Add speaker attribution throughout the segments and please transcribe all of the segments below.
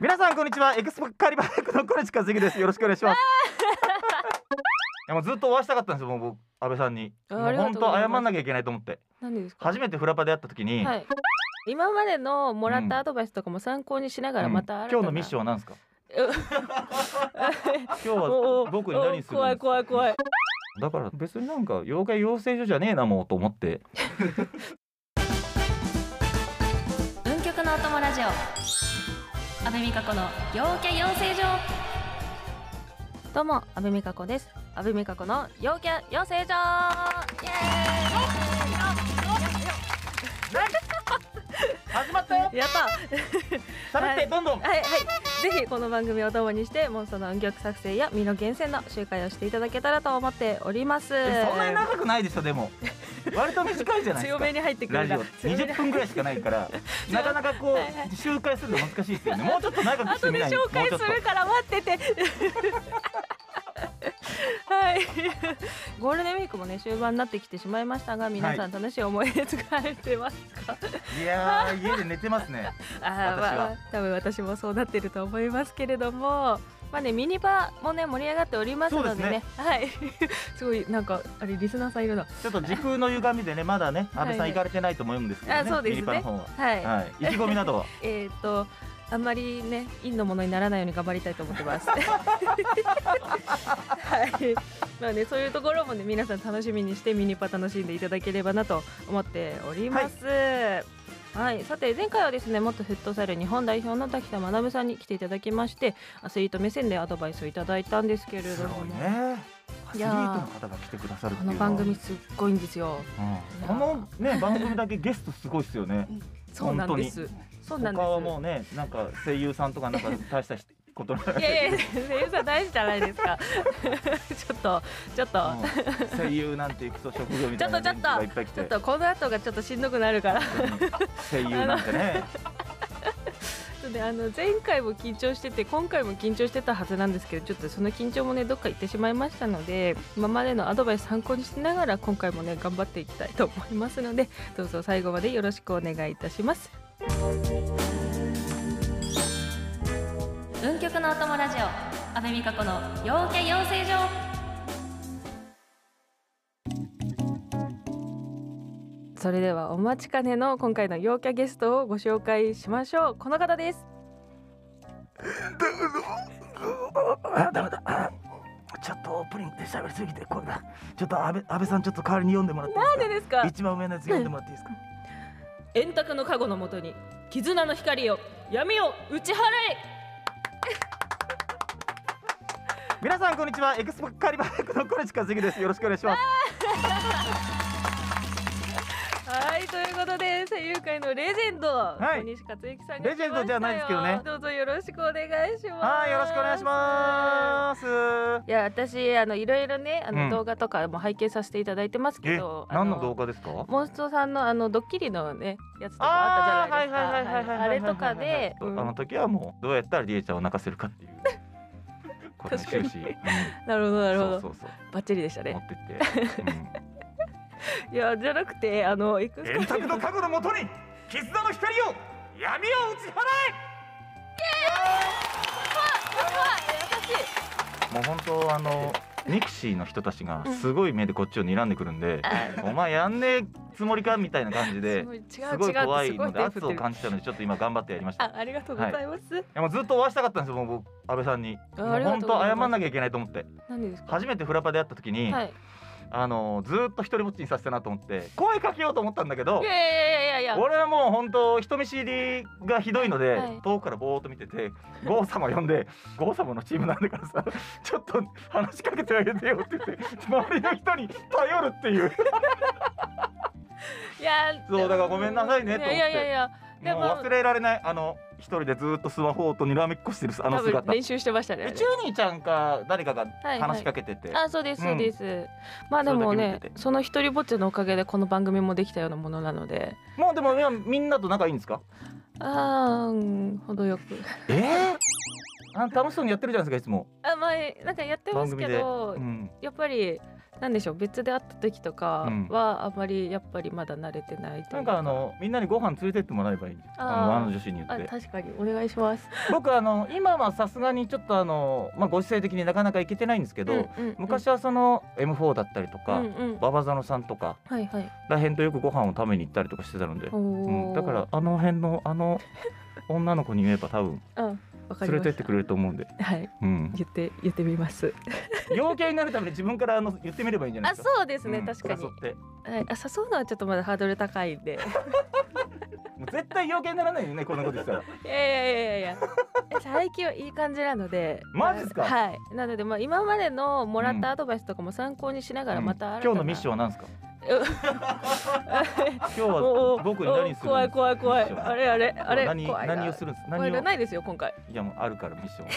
Speaker 1: 皆さんこんにちはエクスポカリバークの小西和樹ですよろしくお願い しますいやもうずっとお会いしたかったんですよもう僕安倍さんに
Speaker 2: あ
Speaker 1: も
Speaker 2: あ
Speaker 1: う
Speaker 2: りが
Speaker 1: 本
Speaker 2: とうご
Speaker 1: 当
Speaker 2: ざいます
Speaker 1: 謝んなきゃいけないと思って
Speaker 2: 何でですか
Speaker 1: 初めてフラパで会った時に、
Speaker 2: はい今までのもらったアドバイスとかも参考にしなが
Speaker 1: う
Speaker 2: ら
Speaker 1: ん
Speaker 2: また新たな、
Speaker 1: 今日のミッ ションは何ですか今日
Speaker 2: お
Speaker 1: は
Speaker 2: お
Speaker 1: 僕に何するんですか
Speaker 2: お怖い怖い怖い
Speaker 1: だから別になんか妖怪養成所じゃねえなもうと思って
Speaker 3: 文曲のお供ラジオ阿部美加子の陽キャ養成所
Speaker 2: どうも阿部美加子です阿部美加子の陽キャ養成所イエ
Speaker 1: 始まったよ
Speaker 2: ーイやった
Speaker 1: 喋ってどんどん
Speaker 2: はいはい、ぜひこの番組を共にしてモンストの音曲作成や身の厳選の集会をしていただけたらと思っております
Speaker 1: えそんなに長くないでしょでも割と短いじゃないです
Speaker 2: 強
Speaker 1: か
Speaker 2: めに入ってく
Speaker 1: ラ
Speaker 2: る
Speaker 1: ジ
Speaker 2: な
Speaker 1: オ20分ぐらいしかないからなかなかこ
Speaker 2: はいは
Speaker 1: う周回するの難しいですよねもうちょっと長くして
Speaker 2: 後
Speaker 1: み
Speaker 2: で
Speaker 1: ない
Speaker 2: 紹介
Speaker 1: もう
Speaker 2: す
Speaker 1: ちょっ
Speaker 2: るから待ってて はいゴールデンウィークもね終盤になってきてしまいましたが皆さん楽しい思い出作られてます か、
Speaker 1: といやー家で寝てますね
Speaker 2: あー
Speaker 1: 私は
Speaker 2: まあ多分私もそうなってると思いますけれどもまあねミニバーもね盛り上がっておりますのでね
Speaker 1: そうで
Speaker 2: はい すごいなんかあれリスナーさんいるな
Speaker 1: ちょっと時空の歪みでねまだね安倍さん
Speaker 2: はい
Speaker 1: 行かれてないと思うんですけどね、
Speaker 2: あそうですね
Speaker 1: ミニパの方は、
Speaker 2: はい、
Speaker 1: はい、意気込みなどは
Speaker 2: えっ、とあんまりね陰のものにならないように頑張りたいと思ってます。 はい。まあねそういうところもね皆さん楽しみにしてミニパ楽しんでいただければなと思っております。はいさて前回はですね元フットサル日本代表の滝田学さんに来ていただきましてアスリート目線でアドバイスをいただいたんですけれ
Speaker 1: す
Speaker 2: ども
Speaker 1: ごいねアス
Speaker 2: い
Speaker 1: リ
Speaker 2: やー
Speaker 1: ートの方が来てくださるっていうの
Speaker 2: この
Speaker 1: は
Speaker 2: 番組すっごいんですよ
Speaker 1: うんこのね番組だけゲストすごいですよね
Speaker 2: そうなんですそうなんです
Speaker 1: 他はもうねなんか声優さんとかなんか大したこと ない
Speaker 2: いやいや声優さん大事じゃないですか ちょっとちょっと、
Speaker 1: うん声優なんていくと職業みたいな
Speaker 2: ちょっとちょっ
Speaker 1: 連中
Speaker 2: と
Speaker 1: がいっぱい来
Speaker 2: ちょってとこの後がちょっとしんどくなるから ち
Speaker 1: 声優なんてね
Speaker 2: ょっとねあの前回も緊張してて今回も緊張してたはずなんですけどちょっとその緊張もねどっか行ってしまいましたので今までのアドバイス参考にしながら今回もね頑張っていきたいと思いますので どうぞ最後までよろしくお願いいたします
Speaker 3: 文曲のお供ラジオ阿部美加子の陽キャ養成所
Speaker 2: それではお待ちかねの今回の陽キャゲストをご紹介しましょうこの方です
Speaker 1: あダメだあちょっとオープニングで喋りすぎて声がちょっと安倍安倍さんちょっと代わりに読んでもらっていい
Speaker 2: なんでですか
Speaker 1: 一番上のやつ読んでもらっていいですか
Speaker 2: 円卓の籠のもとに絆の光よ闇を打ち払え
Speaker 1: 皆さんこんにちはエクスポカリバークの小西和樹ですよろしくお願いします
Speaker 2: はいということで声優界のレジェンド、
Speaker 1: い
Speaker 2: 小西克之さんが来ましたよ
Speaker 1: レジェンドじゃないですけどね
Speaker 2: どうぞよろしくお願いします
Speaker 1: はいよろしくお願いします
Speaker 2: いや私あのいろいろねあの、
Speaker 1: うん
Speaker 2: 動画とかも拝見させていただいてますけ
Speaker 1: え
Speaker 2: どあ
Speaker 1: 何の動画ですか
Speaker 2: モンストさんのあのドッキリのねやつとかあったじゃないですかはいあれとかで、
Speaker 1: あ
Speaker 2: うん
Speaker 1: の時はもうどうやったらリエちゃんを泣かせるかっていうこれ
Speaker 2: 確か
Speaker 1: 終
Speaker 2: に
Speaker 1: 始うん
Speaker 2: なるほどなるほど
Speaker 1: そうそう
Speaker 2: バッチリでした
Speaker 1: そう持
Speaker 2: ね
Speaker 1: ってって、うん
Speaker 2: いやじゃなくてあのエクスカ
Speaker 1: 円卓の家具のもとに絆の光を闇を打ち払えもう本当あのミクシーの人たちがすごい目でこっちを睨んでくるんで、お前やんねえつもりかみたいな感じ です
Speaker 2: ごい違う違うって
Speaker 1: すごい怖い
Speaker 2: すご
Speaker 1: の
Speaker 2: い
Speaker 1: で
Speaker 2: 手振
Speaker 1: 圧
Speaker 2: って
Speaker 1: を
Speaker 2: る
Speaker 1: 感じたのでちょっと今頑張ってやりましたい
Speaker 2: あありがとうございます、
Speaker 1: やもうずっとお会いしたかったんですよもう僕安倍さんに
Speaker 2: あ
Speaker 1: も
Speaker 2: あ
Speaker 1: う
Speaker 2: りが
Speaker 1: 本
Speaker 2: とうご
Speaker 1: 当
Speaker 2: ざい
Speaker 1: 謝
Speaker 2: ます
Speaker 1: んなきゃいけないと思って
Speaker 2: 何ですか
Speaker 1: 初めてフラパで会った時に、
Speaker 2: はい
Speaker 1: あのずっと一人ぼっちにさせたなと思って声かけようと思ったんだけど
Speaker 2: いやいやいやいやいや
Speaker 1: 俺はもう本当人見知りがひどいので、
Speaker 2: はい
Speaker 1: 遠くからぼーっと見ててゴー様呼んでゴー様のチームなんだからさちょっと話しかけてあげてよって言って周りの人に頼るっていう
Speaker 2: いや
Speaker 1: そうだからごめんなさいねと思って
Speaker 2: いやいやいやで
Speaker 1: も
Speaker 2: も
Speaker 1: う忘れられないあの一人でずーっとスマホとにらめっこしてるあ
Speaker 2: 多
Speaker 1: の
Speaker 2: 分
Speaker 1: 姿
Speaker 2: 練習してましたねあ
Speaker 1: え
Speaker 2: れ
Speaker 1: チューニーちゃんか誰かが
Speaker 2: はい
Speaker 1: 話しかけてて、
Speaker 2: あそうです
Speaker 1: うん
Speaker 2: そうです、まあでも
Speaker 1: それだ
Speaker 2: ね
Speaker 1: け見てて
Speaker 2: その一人ぼっちのおかげでこの番組もできたようなものなので
Speaker 1: もうでも今みんなと仲いいんですか
Speaker 2: あーうん程よく
Speaker 1: えー、あ楽しそうにやってるじゃないですかいつも
Speaker 2: あまあなんかやってますけ
Speaker 1: 番
Speaker 2: ど、
Speaker 1: 組で、うん、
Speaker 2: やっぱりなんでしょう別で会った時とかはあまりやっぱりまだ慣れてないという
Speaker 1: なんかあのみんなにご飯連れてってもらえばいいあの
Speaker 2: あー
Speaker 1: あの女子に言
Speaker 2: あ
Speaker 1: って
Speaker 2: 確かにお願いします。
Speaker 1: 僕あの今はさすがにちょっとあの、まあ、ご時世的になかなか行けてないんですけど、
Speaker 2: うんうんうん
Speaker 1: 昔はその M4 だったりとか、
Speaker 2: うんうん
Speaker 1: 馬場園さんとから
Speaker 2: はいはい。
Speaker 1: らへんとよくご飯を食べに行ったりとかしてたので、うんだからあの辺のあの女の子に言えば多分
Speaker 2: ら、うん、わかり
Speaker 1: 連れ
Speaker 2: ました
Speaker 1: てってくれると思うんで、
Speaker 2: はい、
Speaker 1: うん、
Speaker 2: 言って言ってみます。
Speaker 1: 陽キャになるために自分からあの言ってみればいいんじゃない
Speaker 2: あ、
Speaker 1: です
Speaker 2: そ
Speaker 1: か。
Speaker 2: うですね、
Speaker 1: うん
Speaker 2: 確かに、
Speaker 1: 誘って
Speaker 2: はい。あ、誘うのはちょっとまだハードル高いんで。
Speaker 1: もう絶対陽キャにな らないよねこんなことしたら
Speaker 2: いやいやいやいやいや。え 最近はいい感じなので。
Speaker 1: マジっすか
Speaker 2: はい。なのでまあ今までのもらったアドバイスとかも参考にしながらまた新た
Speaker 1: 今
Speaker 2: な、
Speaker 1: 日のミッションは何ですか
Speaker 2: ョン。
Speaker 1: 今日は
Speaker 2: おー
Speaker 1: 僕に何するんですか
Speaker 2: 怖い怖い怖
Speaker 1: ミッ
Speaker 2: い
Speaker 1: ション
Speaker 2: あれあれあれ
Speaker 1: 何
Speaker 2: 怖いな
Speaker 1: 何をするんです
Speaker 2: こ
Speaker 1: 何
Speaker 2: れ
Speaker 1: を
Speaker 2: ないですよ今回
Speaker 1: いやもうあるからミッション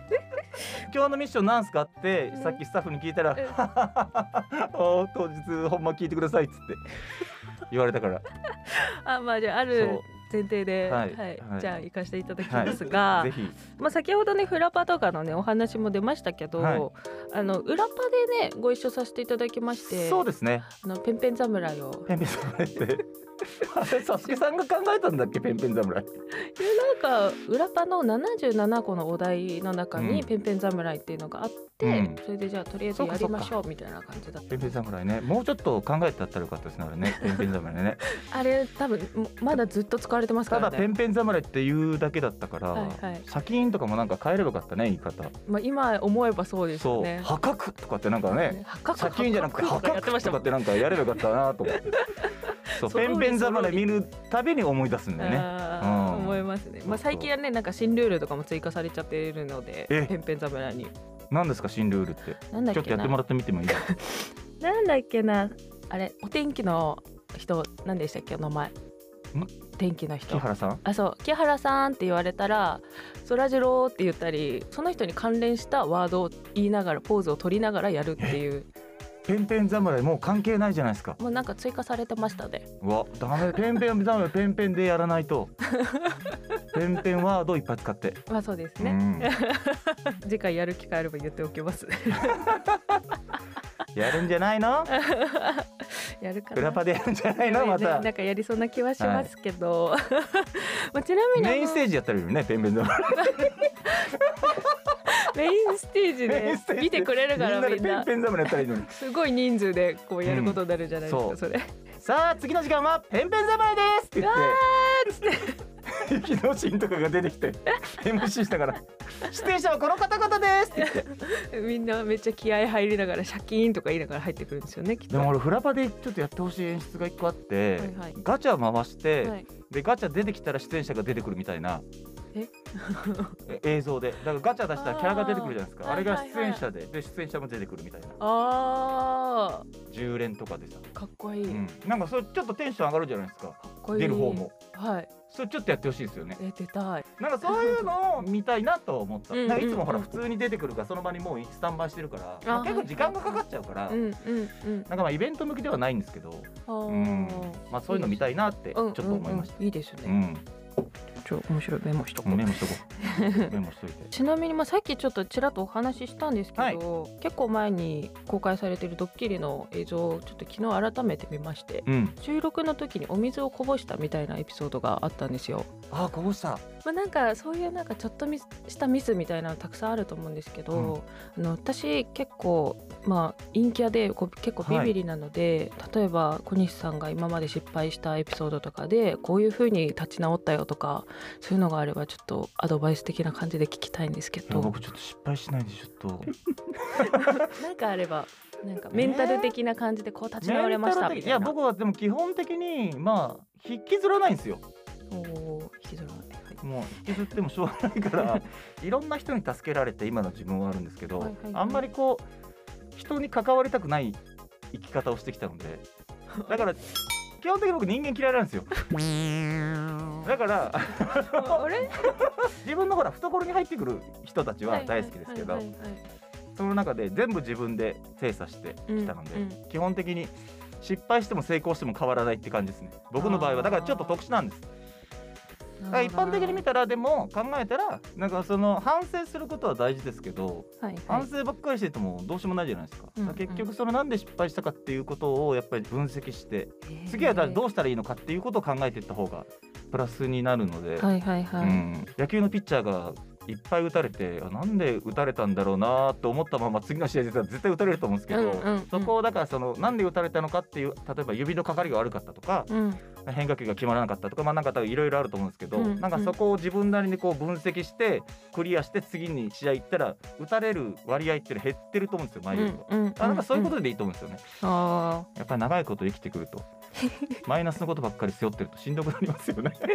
Speaker 1: 今日のミッションなんすかって、
Speaker 2: うん
Speaker 1: さっきスタッフに聞いたら
Speaker 2: うん
Speaker 1: 「おー当日ほんま聞いてください」っつって言われたから
Speaker 2: あまあじゃあある前提で、
Speaker 1: は
Speaker 2: はいい
Speaker 1: はい
Speaker 2: じゃあ行かせていただきますが、
Speaker 1: ぜひ
Speaker 2: まあ、先ほどねフラパとかのねお話も出ましたけど、
Speaker 1: はい
Speaker 2: あの裏パでねご一緒させていただきまして
Speaker 1: そうですね
Speaker 2: あのペンペン侍を
Speaker 1: ペンペン侍って あれサスケさんが考えたんだっけペンペン侍
Speaker 2: でなんか裏パの77個のお題の中に
Speaker 1: うん
Speaker 2: ペンペン侍っていうのがあって、
Speaker 1: うん
Speaker 2: それでじゃあとりあえず
Speaker 1: そうか
Speaker 2: やりましょうみたいな感じだっ
Speaker 1: ペンペン侍ねもうちょっと考えてあったらよかったですねあれ ねペンペン侍ね
Speaker 2: たあれ多分もまだずっと使われてますか
Speaker 1: た
Speaker 2: ら
Speaker 1: だペ
Speaker 2: ね、
Speaker 1: ンペン侍っていうだけだったから、
Speaker 2: はいはい
Speaker 1: 砂金とかもなんか変えればよかったね言い方
Speaker 2: まあ、今思えばそうです
Speaker 1: そう「
Speaker 2: よね。
Speaker 1: 破格」とかってなんかね
Speaker 2: ね破格
Speaker 1: 砂金じゃなくて破
Speaker 2: 破格とかやって
Speaker 1: 格
Speaker 2: まし
Speaker 1: と
Speaker 2: た
Speaker 1: か
Speaker 2: も
Speaker 1: っ
Speaker 2: ん
Speaker 1: てなんかやればよかったなと思ってそう
Speaker 2: そろ
Speaker 1: ペ
Speaker 2: り
Speaker 1: ンペン侍見るたびに思い出すんだよね
Speaker 2: あー
Speaker 1: うん
Speaker 2: 思います
Speaker 1: そ
Speaker 2: ね
Speaker 1: う。そう
Speaker 2: まあ最近はねなんか新ルールとかも追加されちゃっているので、
Speaker 1: え
Speaker 2: ペンペン侍に。
Speaker 1: 何ですか新ルールって
Speaker 2: なんだ
Speaker 1: ちょっ
Speaker 2: っ
Speaker 1: とやっ
Speaker 2: けな
Speaker 1: て。もらってみてもいいですか
Speaker 2: なんだっけな。あれお天気の人なんでしたっけ名前。天気の
Speaker 1: 木
Speaker 2: 人。
Speaker 1: 原さん
Speaker 2: あそう木原さんって言われたらそらジローって言ったりその人に関連したワードを言いながらポーズを取りながらやるっていう
Speaker 1: ペンペン侍もう関係ないじゃないですか
Speaker 2: もうなんか追加されてましたね
Speaker 1: うわダメペンペン侍ペンペンでやらない とペンペンワードいっぱい使って
Speaker 2: まあそうです
Speaker 1: う
Speaker 2: ね、
Speaker 1: ん
Speaker 2: 次回やる機会あれば言っておきます
Speaker 1: やるんじゃないの
Speaker 2: やるかな
Speaker 1: 裏パでやるんじゃないの
Speaker 2: ね
Speaker 1: ま
Speaker 2: ね
Speaker 1: た
Speaker 2: なんかやりそうな気はしますけど、 まあちなみにあの
Speaker 1: メインステージやったらいいよねペンペン侍
Speaker 2: メインステージ
Speaker 1: メイ
Speaker 2: で
Speaker 1: ンステージ
Speaker 2: 見てくれるから
Speaker 1: みん
Speaker 2: み
Speaker 1: なで
Speaker 2: ん
Speaker 1: ペン
Speaker 2: な
Speaker 1: ペン侍やったらいいのに
Speaker 2: すごい人数でこうやることになるじゃないですか、
Speaker 1: うん
Speaker 2: それ
Speaker 1: さあ次の時間はペンペン侍です って言って 雪のシーンとかが出てきて MC したから出演者はこの方々ですって言って
Speaker 2: みんなめっちゃ気合い入りながらシャキーンとか言いながら入ってくるんですよねきっと
Speaker 1: でも俺フラパでちょっとやってほしい演出が一個あって、
Speaker 2: はいはい
Speaker 1: ガチャ回して、
Speaker 2: はい
Speaker 1: でガチャ出てきたら出演者が出てくるみたいな
Speaker 2: え
Speaker 1: え映像でだからガチャ出したらキャラが出てくるじゃないですかあ
Speaker 2: あー
Speaker 1: れが
Speaker 2: はいはい
Speaker 1: 出
Speaker 2: はい
Speaker 1: 演者で、で出演者も出てくるみたいな
Speaker 2: あ
Speaker 1: 10連とかでさ、
Speaker 2: ーかっこいい、
Speaker 1: う
Speaker 2: か
Speaker 1: ん、なんかそれちょっとテンション上がるじゃないですか
Speaker 2: っこいい
Speaker 1: 出る方も
Speaker 2: はい
Speaker 1: それちょっとやってほしいですよね
Speaker 2: え出たい
Speaker 1: なんかそういうのを見たいなとは思った。
Speaker 2: うん
Speaker 1: なんかいつもほら
Speaker 2: うん
Speaker 1: 普通に出てくるからその場にもうスタンバイしてるから、まあ結構時間がかかっちゃうから、
Speaker 2: うん
Speaker 1: なん
Speaker 2: うんうん
Speaker 1: かまあイベント向きではないんですけど、
Speaker 2: あ
Speaker 1: うん
Speaker 2: ー、
Speaker 1: まあそういうの見たいなってち
Speaker 2: う
Speaker 1: ょっ
Speaker 2: ん
Speaker 1: と思いました。
Speaker 2: うんうんいいです
Speaker 1: う
Speaker 2: ね、
Speaker 1: ん、
Speaker 2: ちょっと面白いメモしとこう、
Speaker 1: メモしとこう。 メモしといて。
Speaker 2: ちなみに、まあ、さっきちょっとちらっとお話ししたんですけど、
Speaker 1: はい
Speaker 2: 結構前に公開されてるドッキリの映像をちょっと昨日改めて見まして
Speaker 1: うん。
Speaker 2: 収録の時にお水をこぼしたみたいなエピソードがあったんですよ。
Speaker 1: ああ、こぼした。
Speaker 2: まあ、なんかそういうなんかちょっとミスしたミスみたいなのたくさんあると思うんですけど、あの私結構まあ陰キャでこう結構ビビリなので、例えば小西さんが今まで失敗したエピソードとかでこういう風に立ち直ったよとかそういうのがあればちょっとアドバイス的な感じで聞きたいんですけ
Speaker 1: いや
Speaker 2: ど
Speaker 1: 僕ちょっと失敗しないでちょっと。
Speaker 2: なんかあればなんかメンタル的な感じでこう立ち直れましたみ
Speaker 1: い
Speaker 2: た
Speaker 1: や
Speaker 2: いな。
Speaker 1: 僕はでも基本的にまあ引きずらないんですよ。
Speaker 2: おおー引きずらないはい
Speaker 1: もう引きずってもしょうがないから いろんな人に助けられて今の自分はあるんですけど、
Speaker 2: はいはいはい
Speaker 1: あんまりこう人に関わりたくない生き方をしてきたの でだから基本的に僕人間嫌いなんですよだから
Speaker 2: ああれ
Speaker 1: 自分のほら懐に入ってくる人たちは大好きですけど
Speaker 2: はいはいはいはい
Speaker 1: その中で全部自分で精査してきたので、
Speaker 2: うん
Speaker 1: 基本的に失敗しても成功しても変わらないって感じですね僕の場合はだからちょっと特殊なんですだから一般的に見たらでも考えたらなんかその反省することは大事ですけど
Speaker 2: はいはい
Speaker 1: 反省ばっかりしててもどうしようもないじゃないですか,、
Speaker 2: うん
Speaker 1: 結局そのなんで失敗したかっていうことをやっぱり分析して次はだからどうしたらいいのかっていうことを考えていった方がプラスになるので、
Speaker 2: はいはいは
Speaker 1: う
Speaker 2: い、
Speaker 1: ん、野球のピッチャーがいっぱい打たれてあなんで打たれたんだろうなと思ったまま次の試合出たら絶対打たれると思うんですけど、
Speaker 2: うんうんうん
Speaker 1: そこをだからそのなんで打たれたのかっていう例えば指のかかりが悪かったとか
Speaker 2: うん
Speaker 1: 変化球が決まらなかったとかまあなんか多分いろいろあると思うんですけど、
Speaker 2: うんうん
Speaker 1: なんかそこを自分なりにこう分析してクリアして次に試合行ったら打たれる割合っていうのは減ってると思うんですよ前よりは。
Speaker 2: うんうん
Speaker 1: あなんかそういうことでいいと思うんですよね。
Speaker 2: うんあ
Speaker 1: やっぱり長いこと生きてくる とマイナスのことばっかり背負ってるとしんどくなりますよね だか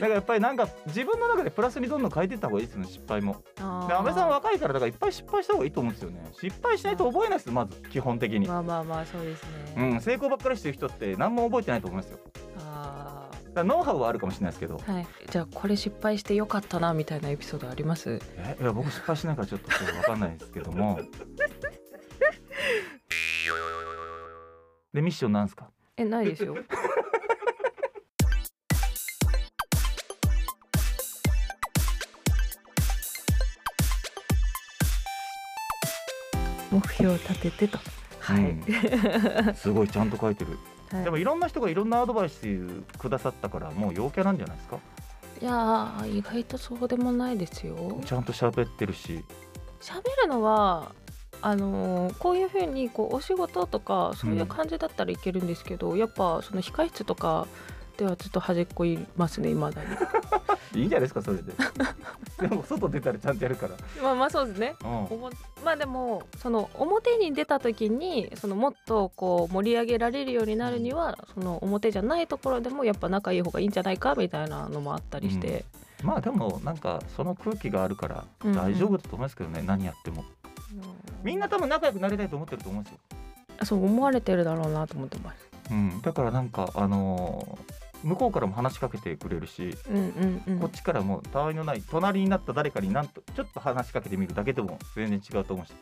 Speaker 1: らやっぱりなんか自分の中でプラスにどんどん変えていった方がいいですよね失敗も
Speaker 2: ーあ
Speaker 1: で安倍さん
Speaker 2: は
Speaker 1: 若いからだからいっぱい失敗した方がいいと思うんですよね失敗しないと覚えないですまず基本的に、
Speaker 2: まあまあまあそうですね、
Speaker 1: うん、成功ばっかりしてる人って何も覚えてないと思いますよだ
Speaker 2: あー
Speaker 1: からノウハウはあるかもしれないですけど
Speaker 2: はいじゃあこれ失敗してよかったなみたいなエピソードあります
Speaker 1: えいや僕失敗しないからちょっと分かんないですけどもでミッションなんですか
Speaker 2: えないで すよ目標を立ててとはい、
Speaker 1: うんすごいちゃんと書いてる
Speaker 2: はい
Speaker 1: でもいろんな人がいろんなアドバイスくださったからもう陽キャなんじゃないですか
Speaker 2: いやー意外とそうでもないですよ
Speaker 1: ちゃんと喋ってるし
Speaker 2: 喋るのはあのーこういうふうにこうお仕事とかそういう感じだったらいけるんですけど、やっぱその控室とかではちょっと端っこいますね未だに
Speaker 1: いいじゃないですかそれ ででも外出たらちゃんとやるから、
Speaker 2: まあまあそうですね
Speaker 1: うん
Speaker 2: おもまあでもその表に出た時にそのもっとこう盛り上げられるようになるにはその表じゃないところでもやっぱ仲いい方がいいんじゃないかみたいなのもあったりして、
Speaker 1: まあでもなんかその空気があるから
Speaker 2: うんうん
Speaker 1: 大丈夫だと思いますけどね、何やってもみんな多分仲良くなりたいと思ってると思うんですよ、
Speaker 2: そう思われてるだろうなと思ってます。
Speaker 1: うん、だからなんかあのー向こうからも話しかけてくれるし、
Speaker 2: うんうんうん、
Speaker 1: こっちからもたわいのない隣になった誰かになんとちょっと話しかけてみるだけでも全然違うと思うし、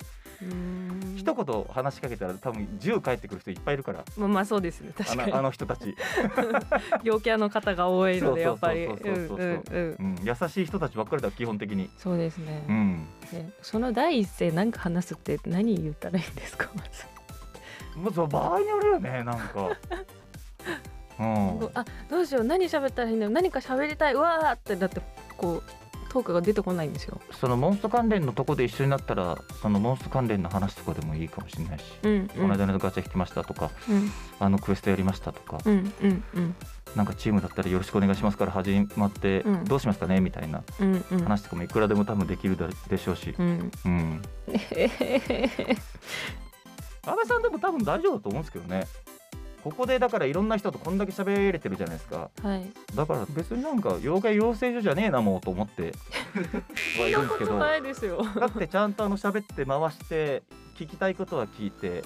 Speaker 2: うーん
Speaker 1: 一言話しかけたら多分10返ってくる人いっぱいいるから
Speaker 2: まあまあそうですね
Speaker 1: あ
Speaker 2: 確かに
Speaker 1: のあの人たち、
Speaker 2: 陽キャの方が多いのでや
Speaker 1: そう
Speaker 2: っぱり
Speaker 1: そうそうそうそう
Speaker 2: うんうんうん
Speaker 1: うん、優しい人たちばっかりだ基本的に、
Speaker 2: そうですね
Speaker 1: う、ん、
Speaker 2: ねその第一声なんか話すって何言ったらいいんですかまず
Speaker 1: もうその場合によるよねなん かうん
Speaker 2: あどうしよう何喋ったらいいんだろう何か喋りたいうわーってだってこうトークが出てこないんですよ
Speaker 1: そのモンスト関連のとこで一緒になったらそのモンスト関連の話とかでもいいかもしれないし、
Speaker 2: うんうん
Speaker 1: この間のガチャ引きましたとか
Speaker 2: うん
Speaker 1: あのクエストやりましたとか、
Speaker 2: うんうんうん
Speaker 1: なんかチームだったらよろしくお願いしますから始まって、
Speaker 2: うん
Speaker 1: どうしますかねみたいな
Speaker 2: うんうん
Speaker 1: 話とかもいくらでも多分できるだでしょうし、
Speaker 2: うん
Speaker 1: うん、安倍さんでも多分大丈夫だと思うんですけどねここでだからいろんな人とこんだけ喋れてるじゃないですか
Speaker 2: はい
Speaker 1: だから別になんか妖怪養成所じゃねえなもうと思って はいるんですけ
Speaker 2: そ
Speaker 1: どだ
Speaker 2: んなことないですよは
Speaker 1: ってちゃんとあの喋って回して聞きたいことは聞いて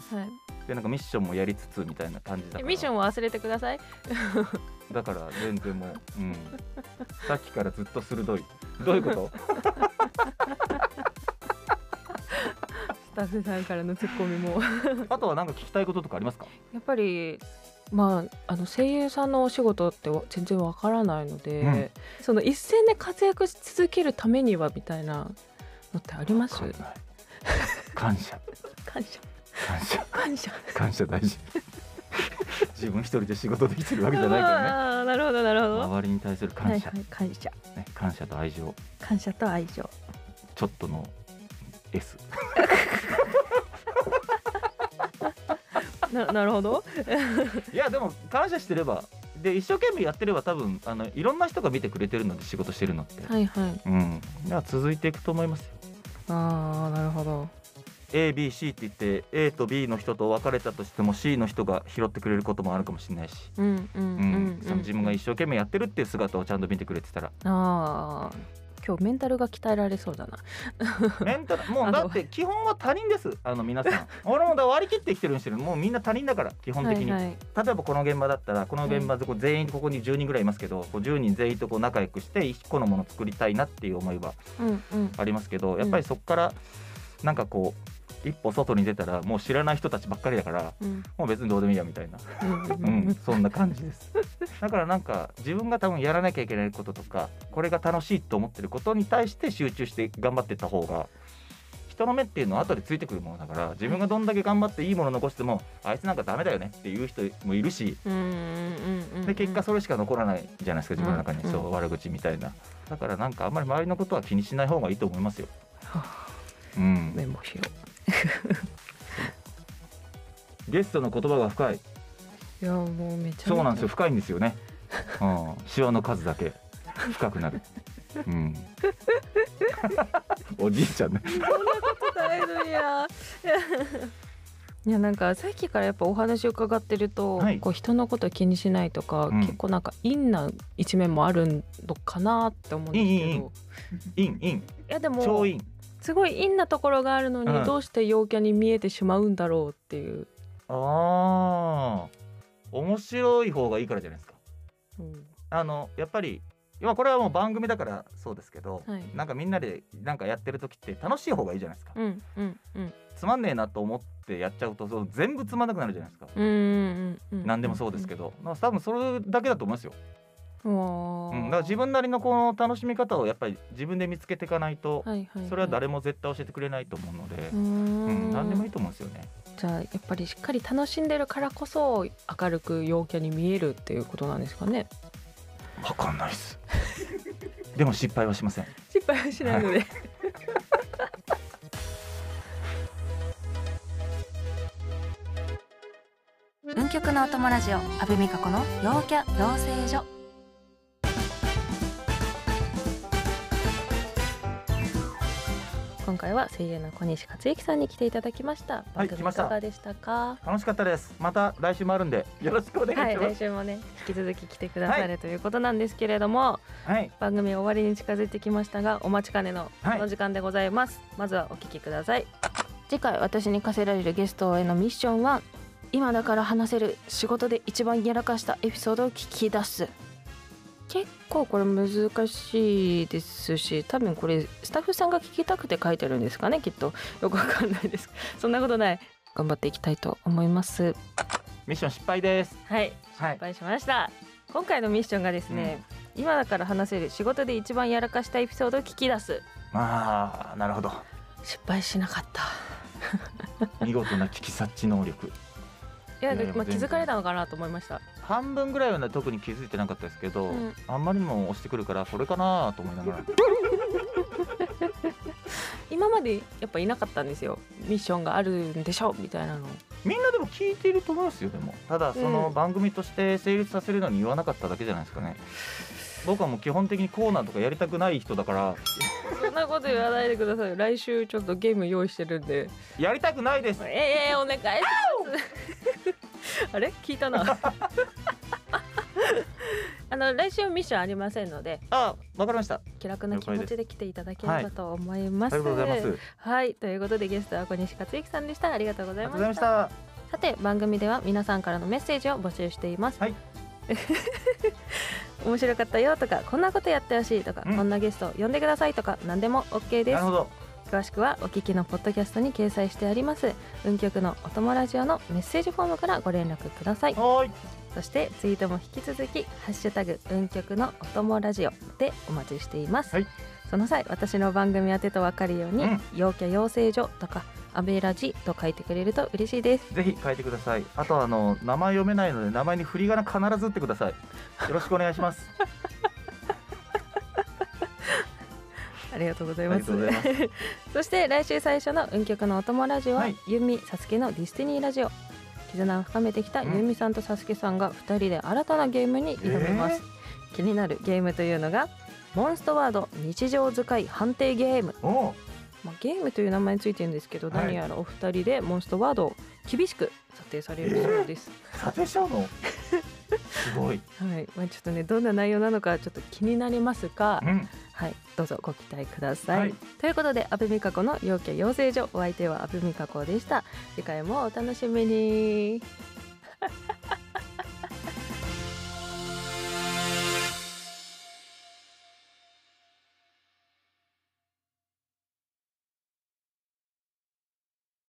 Speaker 2: い
Speaker 1: でなんかミッションもやりつつみたいな感じだか
Speaker 2: え
Speaker 1: ら
Speaker 2: ミッションは忘れてください
Speaker 1: だから全然もう、うん、さっきからずっと鋭いどういう こと
Speaker 2: スタッフさんからのツッコミも
Speaker 1: あとはなんか聞きたいこととかありますか
Speaker 2: やっぱりまあ、あの声優さんのお仕事ってわ全然わからないので、
Speaker 1: うん
Speaker 2: その一線で活躍し続けるためにはみたいなのってあります
Speaker 1: わかんない感謝
Speaker 2: 感謝
Speaker 1: 感謝
Speaker 2: 感謝
Speaker 1: 感謝大 事自分一人で仕事できてるわけじゃないか
Speaker 2: あーなるほどなるほど
Speaker 1: らね周りに対する
Speaker 2: は
Speaker 1: 感
Speaker 2: い
Speaker 1: 謝、
Speaker 2: はい、感謝
Speaker 1: ね、感謝と愛情
Speaker 2: 感謝と愛情
Speaker 1: ちょっとの S
Speaker 2: ななるほど
Speaker 1: いやでも感謝してればで一生懸命やってれば多分あのいろんな人が見てくれてるので仕事してるのって、
Speaker 2: はいはい
Speaker 1: うんいや続いていくと思いますよ
Speaker 2: ああなるほど
Speaker 1: ABC って言って A と B の人と別れたとしても C の人が拾ってくれることもあるかもしれないし、
Speaker 2: うんうん
Speaker 1: う
Speaker 2: うんん、
Speaker 1: その自分が一生懸命やってるっていう姿をちゃんと見てくれてたら
Speaker 2: ああ今日メンタルが鍛えられそうだな
Speaker 1: メンタルもう
Speaker 2: あの
Speaker 1: だって基本は他人ですあの皆さ ん俺もだから割り切って生きてるんしてるもうみんな他人だから基本的に、
Speaker 2: はいはい、
Speaker 1: 例えばこの現場だったらこの現場でこう全員ここに10人ぐらいいますけどこう10人全員とこう仲良くして1個のものを作りたいなっていう思いは
Speaker 2: うんうん
Speaker 1: ありますけどやっぱりそこからなんかこう一歩外に出たらもう知らない人たちばっかりだから
Speaker 2: うん
Speaker 1: もう別にどうでもいいやみたいな、
Speaker 2: うんう
Speaker 1: うんん、そんな感じです だからなんか自分が多分やらなきゃいけないこととかこれが楽しいと思ってることに対して集中して頑張ってった方が人の目っていうのは後でついてくるものだから自分がどんだけ頑張っていいもの残してもあいつなんかダメだよねっていう人もいるし
Speaker 2: うんうんうんうん
Speaker 1: で結果それしか残らないじゃないですか自分の中に
Speaker 2: うん
Speaker 1: そう悪口みたいなだからなんかあんまり周りのことは気にしない方がいいと思いますよ。うん、
Speaker 2: メモしよ
Speaker 1: ゲストの言葉が深いう
Speaker 2: いやもうめちゃめちゃ
Speaker 1: そうなんですよ深いんですよね、うん、シワの数だけ深くなる、 うん、おじいちゃんね
Speaker 2: だいぶい やいやなんかさっきからやっぱお話を伺ってると、
Speaker 1: はい
Speaker 2: こう人のこと気にしないとか、
Speaker 1: うん
Speaker 2: 結構なんか陰な一面もあるのかなって思うんですけど
Speaker 1: いいいいいいインイン
Speaker 2: いやで
Speaker 1: 超
Speaker 2: も
Speaker 1: イン
Speaker 2: すごい陰なところがあるのに、
Speaker 1: うん
Speaker 2: どうして陽キャに見えてしまうんだろうっていう、
Speaker 1: あー面白い方がいいからじゃないですか
Speaker 2: うん
Speaker 1: あのやっぱり今これはもう番組だからそうですけど、
Speaker 2: はい
Speaker 1: なんかみんなでなんかやってる時って楽しい方がいいじゃないですか、
Speaker 2: うんうんうん
Speaker 1: つまんねえなと思ってやっちゃうとそう全部つまんなくなるじゃないですか、
Speaker 2: うんうんうん
Speaker 1: 何でもそうですけど、まあ多分それだけだと思いますよ、
Speaker 2: ど、うん
Speaker 1: うん、だから自分なりのこの楽しみ方をやっぱり自分で見つけていかないと、
Speaker 2: はいはいい
Speaker 1: それは誰も絶対教えてくれないと思うので、
Speaker 2: うー
Speaker 1: うん
Speaker 2: ん
Speaker 1: 何でもいいと思うんですよね
Speaker 2: じゃあやっぱりしっかり楽しんでるからこそ明るく陽キャに見えるっていうことなんですかね
Speaker 1: わかんないです でも失敗はしません
Speaker 2: 失敗はしないので、
Speaker 3: 運極のお供ラジオ阿部美加子の陽キャ養成所
Speaker 2: 今回は声優の小西克幸さんに来ていただきました
Speaker 1: は
Speaker 2: 番
Speaker 1: い
Speaker 2: 組
Speaker 1: 来
Speaker 2: い
Speaker 1: ました
Speaker 2: かがでしたか
Speaker 1: 楽しかったですまた来週もあるんでよろしくお願い
Speaker 2: はい、
Speaker 1: しま
Speaker 2: 来
Speaker 1: す
Speaker 2: 週もね引き続き来てくださるということなんですけれども
Speaker 1: はい
Speaker 2: 番組終わりに近づいてきましたがお待ちかねの
Speaker 1: はい
Speaker 2: この時間でございます、まずはお聞きください次回私に課せられるゲストへのミッションは今だから話せる仕事で一番やらかしたエピソードを聞き出す結構これ難しいですし多分これスタッフさんが聞きたくて書いてるんですかねきっとよくわかんないですそんなことない頑張っていきたいと思います
Speaker 1: ミッション失敗です
Speaker 2: はい
Speaker 1: はい
Speaker 2: 失敗しました今回のミッションがですね、今だから話せる仕事で一番やらかしたエピソードを聞き出す
Speaker 1: まあなるほど
Speaker 2: 失敗しなかった
Speaker 1: 見事な聞き察知能力
Speaker 2: いや
Speaker 1: いやいや
Speaker 2: まあ、
Speaker 1: 全
Speaker 2: 気
Speaker 1: 然
Speaker 2: づかれたのかなと思いました
Speaker 1: 半分ぐらいはね特に気づいてなかったですけど、
Speaker 2: うん
Speaker 1: あんまりにも押してくるからそれかなと思いながら
Speaker 2: 今までやっぱいなかったんですよミッションがあるんでしょみたいなの
Speaker 1: みんなでも聞いていると思いますよでもただその
Speaker 2: うん
Speaker 1: 番組として成立させるのに言わなかっただけじゃないですかね僕はもう基本的にコーナーとかやりたくない人だから
Speaker 2: そんなこと言わないでください来週ちょっとゲーム用意してるんで
Speaker 1: やりたくないです
Speaker 2: ええお願いします あれ聞いたなあの来週ミッションありませんので
Speaker 1: あわかりましたあ
Speaker 2: 気楽な気持ちで来ていただければと思いま
Speaker 1: り
Speaker 2: す。
Speaker 1: がとうございますあり
Speaker 2: はい、ということでゲストは小西克幸さんでした。ありがとうござ
Speaker 1: が
Speaker 2: い
Speaker 1: とう
Speaker 2: ま
Speaker 1: ございま
Speaker 2: し。
Speaker 1: したた
Speaker 2: さて番組では皆さんからのメッセージを募集しています。
Speaker 1: はい
Speaker 2: 面白かったよとかこんなことやってほしいとか、
Speaker 1: うん
Speaker 2: こんなゲストを呼んでくださいとか何でも OK で
Speaker 1: な
Speaker 2: す
Speaker 1: るほど
Speaker 2: 詳しくはお聞きのポッドキャストに掲載してあります運極のお友ラジオのメッセージフォームからご連絡ください
Speaker 1: はーい
Speaker 2: そしてツイートも引き続き「ハッシュタグ運極のお供ラジオ」でお待ちしています、
Speaker 1: はい
Speaker 2: その際私の番組宛てと分かるように
Speaker 1: うん
Speaker 2: 「陽キャ養成所」とか「アベラジ」と書いてくれると嬉しいです
Speaker 1: ぜひ書いてくださいあとあの名前読めないので名前に振り仮名必ず打ってくださいよろしくお願いします
Speaker 2: ありがとうござ
Speaker 1: あ
Speaker 2: い
Speaker 1: りが
Speaker 2: ます
Speaker 1: とうございます
Speaker 2: そして来週最初の「運極のお供ラジオは」
Speaker 1: はい
Speaker 2: ユンミサスケのディスティニーラジオ絆を深めてきた
Speaker 1: うん
Speaker 2: ユンミさんとサスケさんが2人で新たなゲームに挑みます、気になるゲームというのがモンストワード日常使い判定ゲーム
Speaker 1: おお
Speaker 2: まあ、ゲームという名前についてるんですけど、
Speaker 1: はい
Speaker 2: 何やらお二人でモンストワードを厳しく査定されるそうです、
Speaker 1: 査定しちゃうのすごい
Speaker 2: はいまあ、ちょっとねどんな内容なのかちょっと気になりますが
Speaker 1: う、ん
Speaker 2: はい、どうぞご期待ください、
Speaker 1: はい
Speaker 2: ということで阿部美加子の陽キャ養成所お相手は阿部美加子でした次回もお楽しみに